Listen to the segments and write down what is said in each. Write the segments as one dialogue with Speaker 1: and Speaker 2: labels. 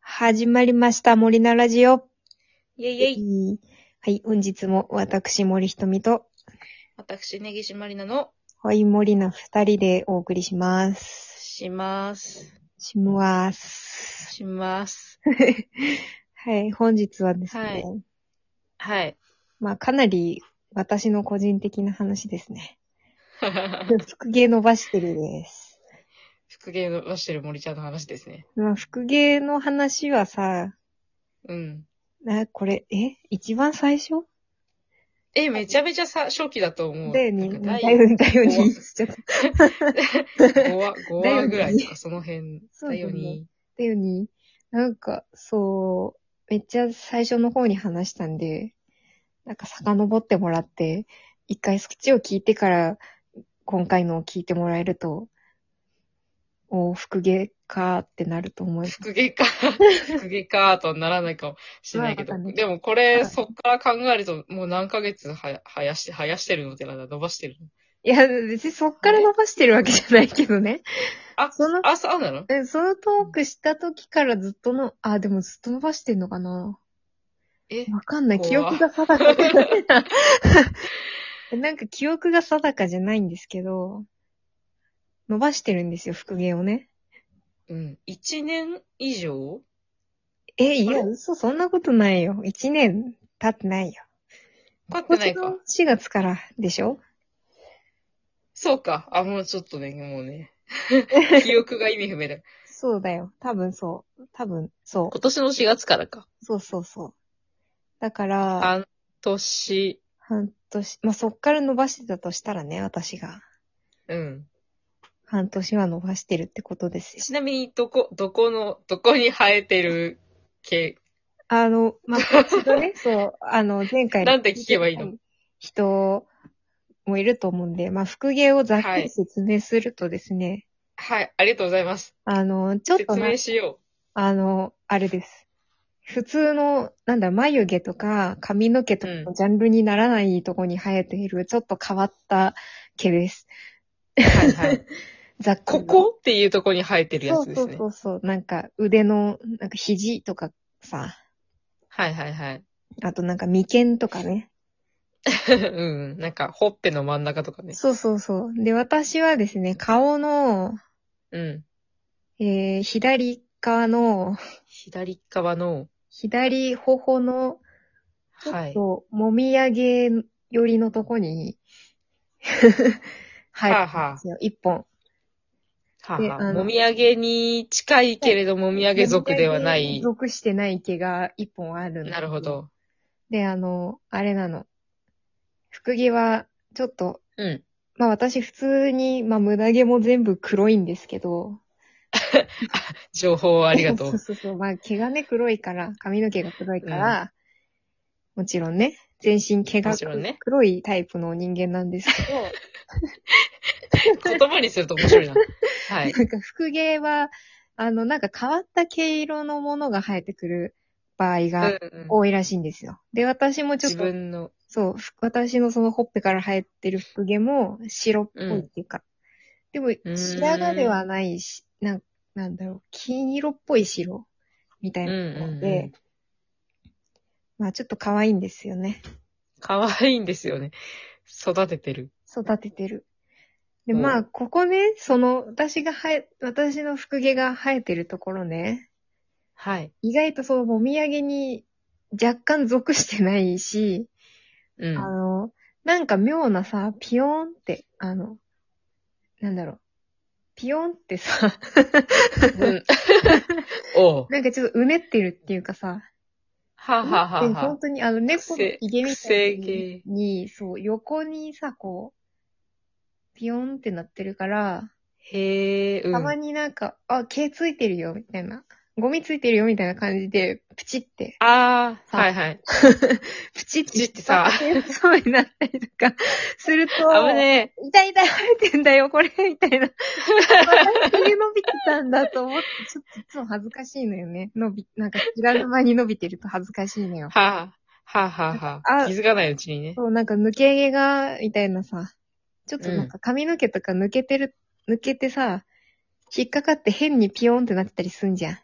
Speaker 1: 始まりました、森菜ラジオ。
Speaker 2: イェイイェイ
Speaker 1: イはい、本日も私、森ひとみと、
Speaker 2: 私、根岸まりなの、
Speaker 1: はい、森菜二人でお送りします。
Speaker 2: します。
Speaker 1: します。
Speaker 2: します。
Speaker 1: はい、本日はですね、
Speaker 2: はい はい。
Speaker 1: まあ、かなり私の個人的な話ですね。 副芸伸ばしてるです。
Speaker 2: 復芸伸ばしてる森ちゃんの話ですね。
Speaker 1: まあ、副芸の話はさ、
Speaker 2: うん。
Speaker 1: な、これ、え一番最初
Speaker 2: え、めちゃめちゃさ、初期だと思う。
Speaker 1: だよ
Speaker 2: な
Speaker 1: ね。
Speaker 2: んか
Speaker 1: だ
Speaker 2: 第
Speaker 1: よね、だよね。ちょっと
Speaker 2: 5話、五
Speaker 1: だよ
Speaker 2: 話
Speaker 1: ね
Speaker 2: ぐらいとか、その辺。
Speaker 1: そうだ
Speaker 2: だ
Speaker 1: よ
Speaker 2: よ
Speaker 1: ね
Speaker 2: に。
Speaker 1: だよね。なんか、そう、めっちゃ最初の方に話したんで、なんか遡ってもらって、一回そっちを聞いてから、今回のを聞いてもらえると、おー、復芸かーってなると思います。
Speaker 2: 復 芸か、復芸か、とはならないかもしれないけど
Speaker 1: まあわかんない。
Speaker 2: でもこ
Speaker 1: は
Speaker 2: れ、
Speaker 1: い
Speaker 2: そっから考えると、もう何ヶ月はや、はやして、はやしてるのってなんだ、伸ばしてるの。
Speaker 1: いや、別にそっから伸ばしてるわけじゃないけど ね。
Speaker 2: あ
Speaker 1: その、
Speaker 2: あ、そうなの
Speaker 1: えそのトークした時からずっとの、あ、でもずっと伸ばしてんのかな
Speaker 2: え、
Speaker 1: わかんない。
Speaker 2: 怖
Speaker 1: 記憶が定かじゃないな。 なんか記憶が定かじゃないんですけど、伸ばしてるんですよ、復元をね。
Speaker 2: うん。1年以上
Speaker 1: え、いや、
Speaker 2: あれ
Speaker 1: 嘘、そんなことないよ。一年経ってないよ。
Speaker 2: 経って
Speaker 1: 今
Speaker 2: な
Speaker 1: 年
Speaker 2: いか
Speaker 1: の。4月からでしょ
Speaker 2: そうか。あ、もうちょっとね、も うね。記憶が意味不明だ。
Speaker 1: そうだよ。多分そう。多分、そ
Speaker 2: 今年の4月からか。
Speaker 1: う。そうそうそう。だから、
Speaker 2: 半年。
Speaker 1: 半年、まあ、そっから伸ばしてたとしたらね、私が。
Speaker 2: うん。
Speaker 1: 半年は伸ばしてるってことですよ。
Speaker 2: ちなみに、どこ、どこの、どこに生えてる系。
Speaker 1: あの、まあ、一度 ね、そう、あの、前回の
Speaker 2: なんて聞けばいいの
Speaker 1: 人もいると思うんで、まあ、副芸をざっくり説明するとですね、
Speaker 2: はい、ありがとうございます。
Speaker 1: あの、ちょっと
Speaker 2: 説
Speaker 1: な
Speaker 2: 明、しよ
Speaker 1: あの、あれです。普通の、なんだ、眉毛とか髪の毛とか
Speaker 2: う
Speaker 1: のジャンルにならないとこに生えている、ちょっと変わった毛です。
Speaker 2: う。はいはい。
Speaker 1: ざっくり
Speaker 2: ここっていうとこに生えてるや
Speaker 1: そう
Speaker 2: つですね。
Speaker 1: そうそうそう。なんか腕の、なんか肘とかさ、
Speaker 2: はいはいはい。
Speaker 1: あとなんか眉間とかね。
Speaker 2: うん。なんか、ほっぺの真ん中とかね。
Speaker 1: そうそうそう。で、私はですね、顔の、
Speaker 2: うん。
Speaker 1: えー、左側の、
Speaker 2: 左側の、
Speaker 1: 左頬の、ちょ
Speaker 2: は
Speaker 1: っ
Speaker 2: い。
Speaker 1: と、もみあげ寄りのとこに、 はい。
Speaker 2: はあはあ
Speaker 1: 一本。
Speaker 2: はあ
Speaker 1: で
Speaker 2: は
Speaker 1: あ
Speaker 2: あ、
Speaker 1: の
Speaker 2: もみあげに近いけれど、もみあげ族ではな
Speaker 1: もみあげ
Speaker 2: い。
Speaker 1: 属してない毛が一本あるんですよ
Speaker 2: なるほ。ど。
Speaker 1: で、あの、あれなの。服着は、ちょっと、
Speaker 2: うん。
Speaker 1: まあ私普通に、まあ胸毛も全部黒いんですけど、
Speaker 2: 情報をありが と
Speaker 1: そう
Speaker 2: う。
Speaker 1: そうそう。まあ、毛がね、黒いから、髪の毛が黒いから、もちろんね、全身毛が
Speaker 2: もちろんね
Speaker 1: 黒いタイプの人間なんですけど、
Speaker 2: 言葉にすると面白いな。は い。
Speaker 1: なんか、服毛は、あの、なんか変わった毛色のものが生えてくる場合
Speaker 2: う
Speaker 1: が
Speaker 2: んうん
Speaker 1: 多いらしいんですよ。で、私もちょっ
Speaker 2: 自
Speaker 1: と、
Speaker 2: 分の、
Speaker 1: そう、ふ私のそのほっぺから生えてる服毛も白っぽいっていうか、で
Speaker 2: ー
Speaker 1: も、
Speaker 2: ん
Speaker 1: 白髪ではないし、なんなんだろう、金色っぽい白みた
Speaker 2: う
Speaker 1: い
Speaker 2: ん
Speaker 1: な
Speaker 2: う
Speaker 1: ので、
Speaker 2: んうん。
Speaker 1: まあちょっと可愛いんですよね。
Speaker 2: 可愛いんですよね。育ててる。
Speaker 1: 育ててる。で、
Speaker 2: うん
Speaker 1: まあ、ここね、その、私が生え、私の服毛が生えてるところね、
Speaker 2: はい。
Speaker 1: 意外とそのもみあげに若干属してないし、
Speaker 2: う
Speaker 1: あ
Speaker 2: ん。
Speaker 1: の、なんか妙なさ、ピヨーンって、あの、なんだろう、ピヨーンってさ、
Speaker 2: うん、 おう。
Speaker 1: なんかちょっとうねってるっていうかさ、
Speaker 2: はあ、はあはあ
Speaker 1: で
Speaker 2: は
Speaker 1: 本当にあの猫の
Speaker 2: 癖
Speaker 1: ひげみたい
Speaker 2: 癖
Speaker 1: にに、そう、横にさ、こう、ピヨーンってなってるから、
Speaker 2: あ、へえ、う
Speaker 1: たま
Speaker 2: ん。
Speaker 1: になんか、あ、毛ついてるよ、みたいな。ゴミついてるよ、みたいな感じで、プチって、
Speaker 2: ああ、はいはい。
Speaker 1: プチって、
Speaker 2: プチってさ
Speaker 1: そうになったりとか、すると、
Speaker 2: 危ね
Speaker 1: 痛い痛い、生えてんだよ、これ、みたい な。また毛伸びてたんだと思って、ちょっといつも恥ずかしいのよね。伸び、なんか、知らぬ間に伸びてると恥ずかしいの
Speaker 2: え。
Speaker 1: よ。
Speaker 2: はあ、はあはあは
Speaker 1: あ
Speaker 2: あ。気づかないうちにね。
Speaker 1: そう、なんか抜け毛が、みたいなさ、ちょっとなんか髪の毛とか抜けてる、抜けてさ、引っかかって変にピヨーンってなってたりすんじゃん。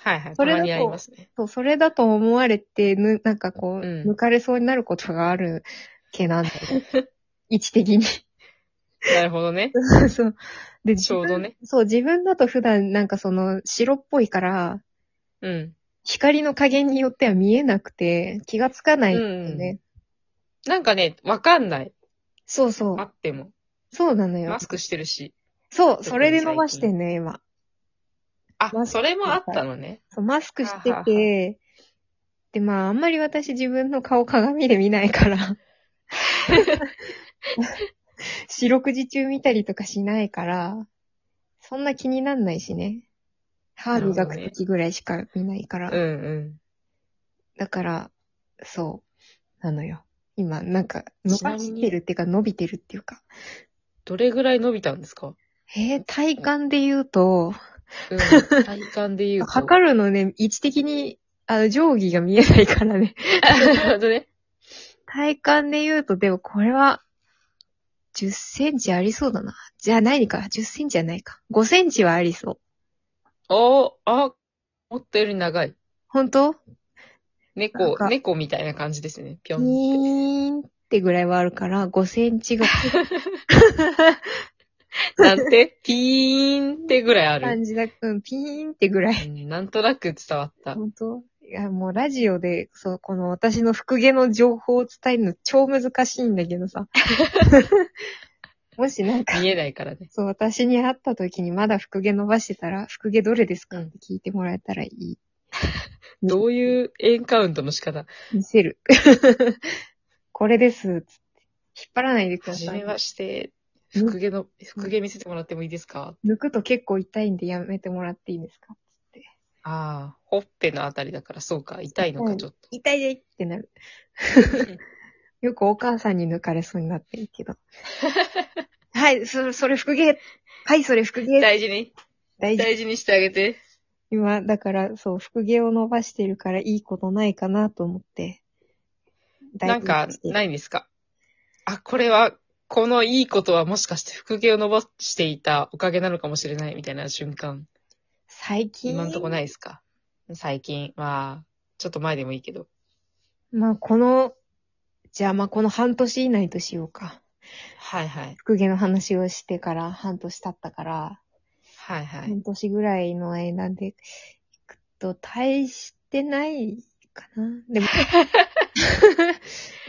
Speaker 2: はいはい。
Speaker 1: それだと
Speaker 2: たまにありますね。
Speaker 1: そう、それだと思われて、ぬ、なんかこう、
Speaker 2: うん
Speaker 1: 抜かれそうになることがある系なんだよね。 位置的に。
Speaker 2: なるほどね。
Speaker 1: そう。で、
Speaker 2: ちょうどね。
Speaker 1: そう、自分だと普段なんかその白っぽいから、
Speaker 2: うん。
Speaker 1: 光の加減によっては見えなくて、気がつかないんだよね。
Speaker 2: うんなんかね、わかんない。
Speaker 1: そうそう
Speaker 2: あ。っても。
Speaker 1: そうなのよ
Speaker 2: マ。スクしてるし。
Speaker 1: そう、
Speaker 2: 特に
Speaker 1: それで伸ばしてんね、今。
Speaker 2: あ
Speaker 1: マ、スク
Speaker 2: それもあったのね。
Speaker 1: そう、マスクして
Speaker 2: ははは
Speaker 1: て、で、まあ、あんまり私自分の顔鏡で見ない から。四六時中見たりとかしないから、そんな気になんないしね。歯磨くときぐらいしか見ないから。
Speaker 2: うんうん。
Speaker 1: だから、そう、なのよ。今、なんか、伸
Speaker 2: ちな
Speaker 1: ば
Speaker 2: み
Speaker 1: し
Speaker 2: に
Speaker 1: てるっていうか、伸びてるっていうか。
Speaker 2: どれぐらい伸びたんですか
Speaker 1: えー、体感で言うと、
Speaker 2: うん。 体感で言うと。
Speaker 1: 測るのね、位置的に、あの、定規が見えないからね。
Speaker 2: なるほどね。
Speaker 1: 体感で言うと、でもこれは、10センチありそうだな。じゃあないか。10センチじゃないか。5センチはありそう。
Speaker 2: おー、あ、思ったより長い。
Speaker 1: 本当なん
Speaker 2: 猫
Speaker 1: か、
Speaker 2: 猫みたいな感じですね。ぴょ
Speaker 1: ピ
Speaker 2: んっ
Speaker 1: ー
Speaker 2: て。
Speaker 1: ンってぐらいはあるから、5センチぐらい
Speaker 2: なんて、ピーンってぐらいあ
Speaker 1: の感
Speaker 2: る。
Speaker 1: じだ。うん、ピーンってぐらい。
Speaker 2: うんなんとなく伝わった。
Speaker 1: 本当いや、もうラジオで、そう、この私の復元の情報を伝えるの超難しいんだけどさ。 もしなんか、
Speaker 2: 見えないからね。
Speaker 1: そう、私に会った時にまだ復毛伸ばしてたら、復毛どれですか
Speaker 2: う
Speaker 1: っ
Speaker 2: ん
Speaker 1: て聞いてもらえたらいい。
Speaker 2: どう
Speaker 1: う
Speaker 2: いうエンカウントの仕方
Speaker 1: 見せる。 これです。つって引っ張らないでく
Speaker 2: は
Speaker 1: だ
Speaker 2: じ
Speaker 1: さい
Speaker 2: め。まして、
Speaker 1: うん
Speaker 2: 復毛の、復毛見せてもらってもいいですか
Speaker 1: 抜くと結構痛いんでやめてもらっていいですかつって。
Speaker 2: ああ、ほっぺのあたりだから、そうか、痛いの
Speaker 1: う
Speaker 2: か、
Speaker 1: ん
Speaker 2: ちょっと。
Speaker 1: 痛いでいってなる。 よくお母さんに抜かれそうになってるけ ど。はい、そそれ復毛。はい、それ復毛。
Speaker 2: 大事に、
Speaker 1: 大事。
Speaker 2: 大事にしてあげて。
Speaker 1: 今、だから、そう、復毛を伸ばしてるからいいことないかなと思って。
Speaker 2: なんか
Speaker 1: 大事にし、て
Speaker 2: ないんですかあ、これは、このいいことはもしかして復毛を伸ばしていたおかげなのかもしれないみたいな瞬間、
Speaker 1: 最近。
Speaker 2: 今んとこないですか最近は、ちょっと前でもいいけど。
Speaker 1: まあ、この、じゃあまあ、この半年以内としようか。
Speaker 2: はいはい。
Speaker 1: 復元の話をしてから半年経ったから、
Speaker 2: はいはい。
Speaker 1: 半年ぐらいの間で、いくと、大してないかな。でも、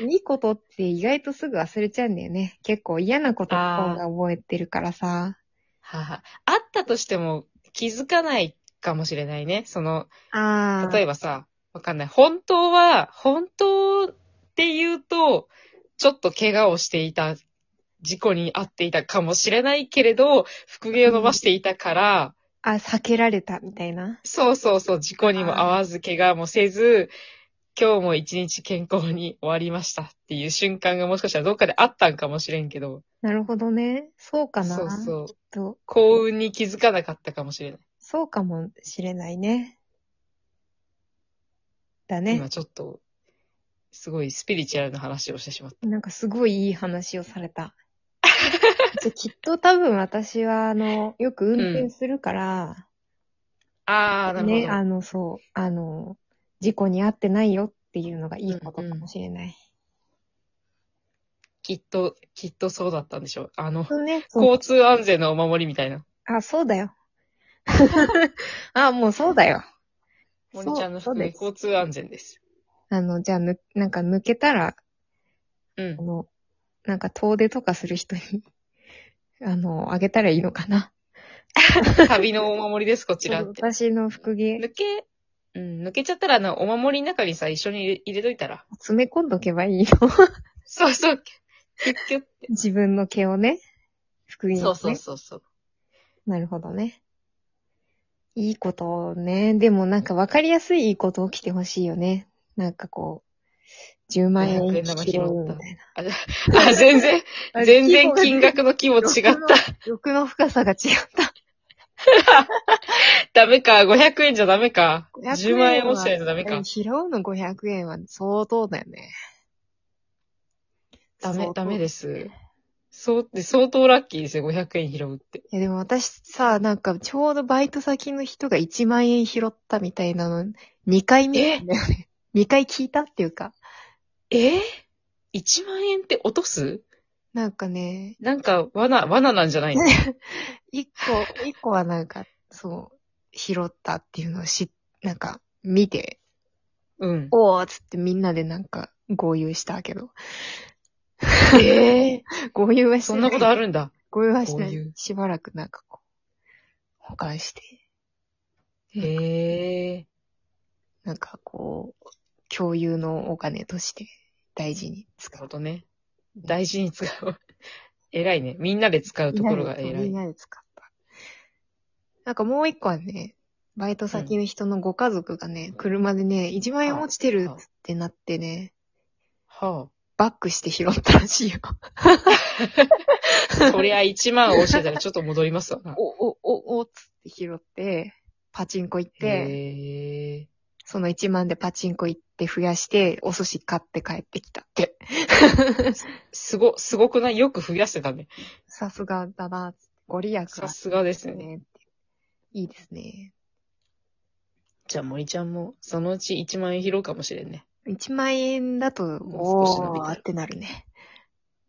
Speaker 1: いいことって意外とすぐ忘れちゃうんだよね。結構嫌なことの方が覚えてるからさ。
Speaker 2: はいはい。あったとしても気づかないかもしれないね。その、
Speaker 1: ああ。
Speaker 2: 例えばさ、わかんない。本当は、本当って言うと、ちょっと怪我をしていた、事故に遭っていたかもしれないけれど、復元を伸ばしていたから、
Speaker 1: あ、避けられたみたいな。
Speaker 2: そうそうそう、事故にも遭わず、怪我もせず、今日も一日健康に終わりましたっていう瞬間がもしかしたらどっかであったんかもしれんけど、
Speaker 1: なるほどね。そうかな。
Speaker 2: そうそう、
Speaker 1: と
Speaker 2: 幸運に気づかなかったかもしれない。
Speaker 1: そうかもしれないね。だね。
Speaker 2: 今ちょっと、すごいスピリチュアルな話をしてしまった。
Speaker 1: なんかすごいいい話をされ た。じゃきっと多分私は、あの、よく運転するから、
Speaker 2: あー、なるほど。
Speaker 1: ね、あの、そう、あの、事故に遭ってないよっていうのがいいことかもしれない。
Speaker 2: きっと、きっとそうだったんでしょう。あの、
Speaker 1: そうね、そう。
Speaker 2: 交通安全のお守りみたいな。
Speaker 1: あ、そうだ よ。あ、もうそうだよ。
Speaker 2: 森ちゃんの
Speaker 1: そうそ
Speaker 2: 含
Speaker 1: う
Speaker 2: め
Speaker 1: です
Speaker 2: 交通安全です。
Speaker 1: あの、じゃあ、ぬ、なんか抜けたら、
Speaker 2: うん
Speaker 1: あ。の、なんか遠出とかする人に、あの、あげたらいいのかな。
Speaker 2: 旅のお守りです、こちらって。
Speaker 1: 私の副芸、
Speaker 2: 抜け、うん、抜けちゃったら、あの、お守りの中にさ、一緒に入れ入れといたら。
Speaker 1: 詰め込んどけばいいの。
Speaker 2: そうそう。キュッキュッて。
Speaker 1: 自分の毛をね、復元、ね。
Speaker 2: そうそうそうそう。
Speaker 1: なるほどね。いいことね。でもなんか分かりやすいいいこと起きてほしいよね。なんかこう、10万円
Speaker 2: 500
Speaker 1: 拾
Speaker 2: 円玉拾った
Speaker 1: うみたいな。
Speaker 2: あ、全然、全然金額の規模
Speaker 1: と
Speaker 2: 違っ。
Speaker 1: 欲の深さが違った。
Speaker 2: た。ダメか、500円じゃダメか。
Speaker 1: 500
Speaker 2: 10万円落ちないとダメ
Speaker 1: で
Speaker 2: か
Speaker 1: も。拾うの500円は相当だよね。
Speaker 2: ダメ、ダメです。そう、で、相当ラッキーですよ、500円拾うって。
Speaker 1: いやでも私さ、なんかちょうどバイト先の人が1万円拾ったみたいなの、2回見たんだよね。2回聞いたっていうか。
Speaker 2: え ?1 万円って落とす
Speaker 1: なんかね、
Speaker 2: なんか、罠、罠なんじゃないの
Speaker 1: 1個、 一個はなんか、そう、拾ったっていうのをし、なんか、見て、
Speaker 2: うん。
Speaker 1: おーっつってみんなでなんか、合流したけど。
Speaker 2: ええ
Speaker 1: 合流はしない。
Speaker 2: そんなことあるんだ。
Speaker 1: 合流はしな
Speaker 2: 合
Speaker 1: い
Speaker 2: 流。
Speaker 1: しばらくなんかこう、保管して、
Speaker 2: ええ
Speaker 1: なんかこう、共有のお金として大事に使
Speaker 2: なる
Speaker 1: う
Speaker 2: ほ。どね。大事に使う。 偉いね。みんなで使うところが偉
Speaker 1: みん
Speaker 2: い。
Speaker 1: なで使った。なんかもう一個はね、バイト先の人のご家族がね、車でね、1万円落ちてるってなってね、
Speaker 2: は
Speaker 1: バックして拾ったらしいよ。
Speaker 2: あ。そりゃ1万落ちてたらちょっと戻ります わな。
Speaker 1: お、お、お、お、つって拾って、パチンコ行って、
Speaker 2: ええ
Speaker 1: その1万でパチンコ行って増やして、お寿司買って帰ってきたって。
Speaker 2: すご、すごくないよく増やしてたね。
Speaker 1: さすがだな、ご利益あ
Speaker 2: さ
Speaker 1: っ
Speaker 2: すがです
Speaker 1: て
Speaker 2: ね。
Speaker 1: ね。いいですね。
Speaker 2: じゃあ森ちゃんも、そのうち1万円拾うかもしれんね。
Speaker 1: 1万円だと、
Speaker 2: もう少し伸
Speaker 1: お
Speaker 2: びたら
Speaker 1: ーってなるね。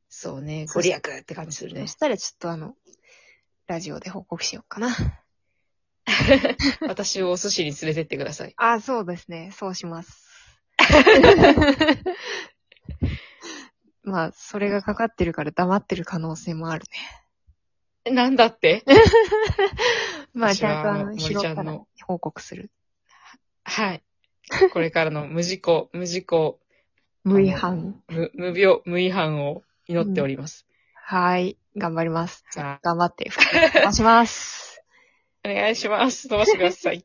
Speaker 2: そうね。
Speaker 1: そ
Speaker 2: ご
Speaker 1: う
Speaker 2: 利益って感じする
Speaker 1: そ
Speaker 2: ね
Speaker 1: し。たらちょっとあの、ラジオで報告しようかな。
Speaker 2: 私をお寿司に連れてってください。
Speaker 1: あ、そうですね。そうします。 まあ、それがかかってるから黙ってる可能性もある
Speaker 2: なんだって
Speaker 1: ね。 まあ、ちゃんとあの、
Speaker 2: 私
Speaker 1: 拾
Speaker 2: は
Speaker 1: った
Speaker 2: 森ちゃん
Speaker 1: ら
Speaker 2: の
Speaker 1: 報告する。
Speaker 2: はい。これからの無事故、無事故、
Speaker 1: 無違反。
Speaker 2: 無、無病、無違反を祈っております。
Speaker 1: はい。頑張ります。
Speaker 2: じゃ
Speaker 1: 頑張って、復活します。
Speaker 2: あ、お願いします。伸ばしてください。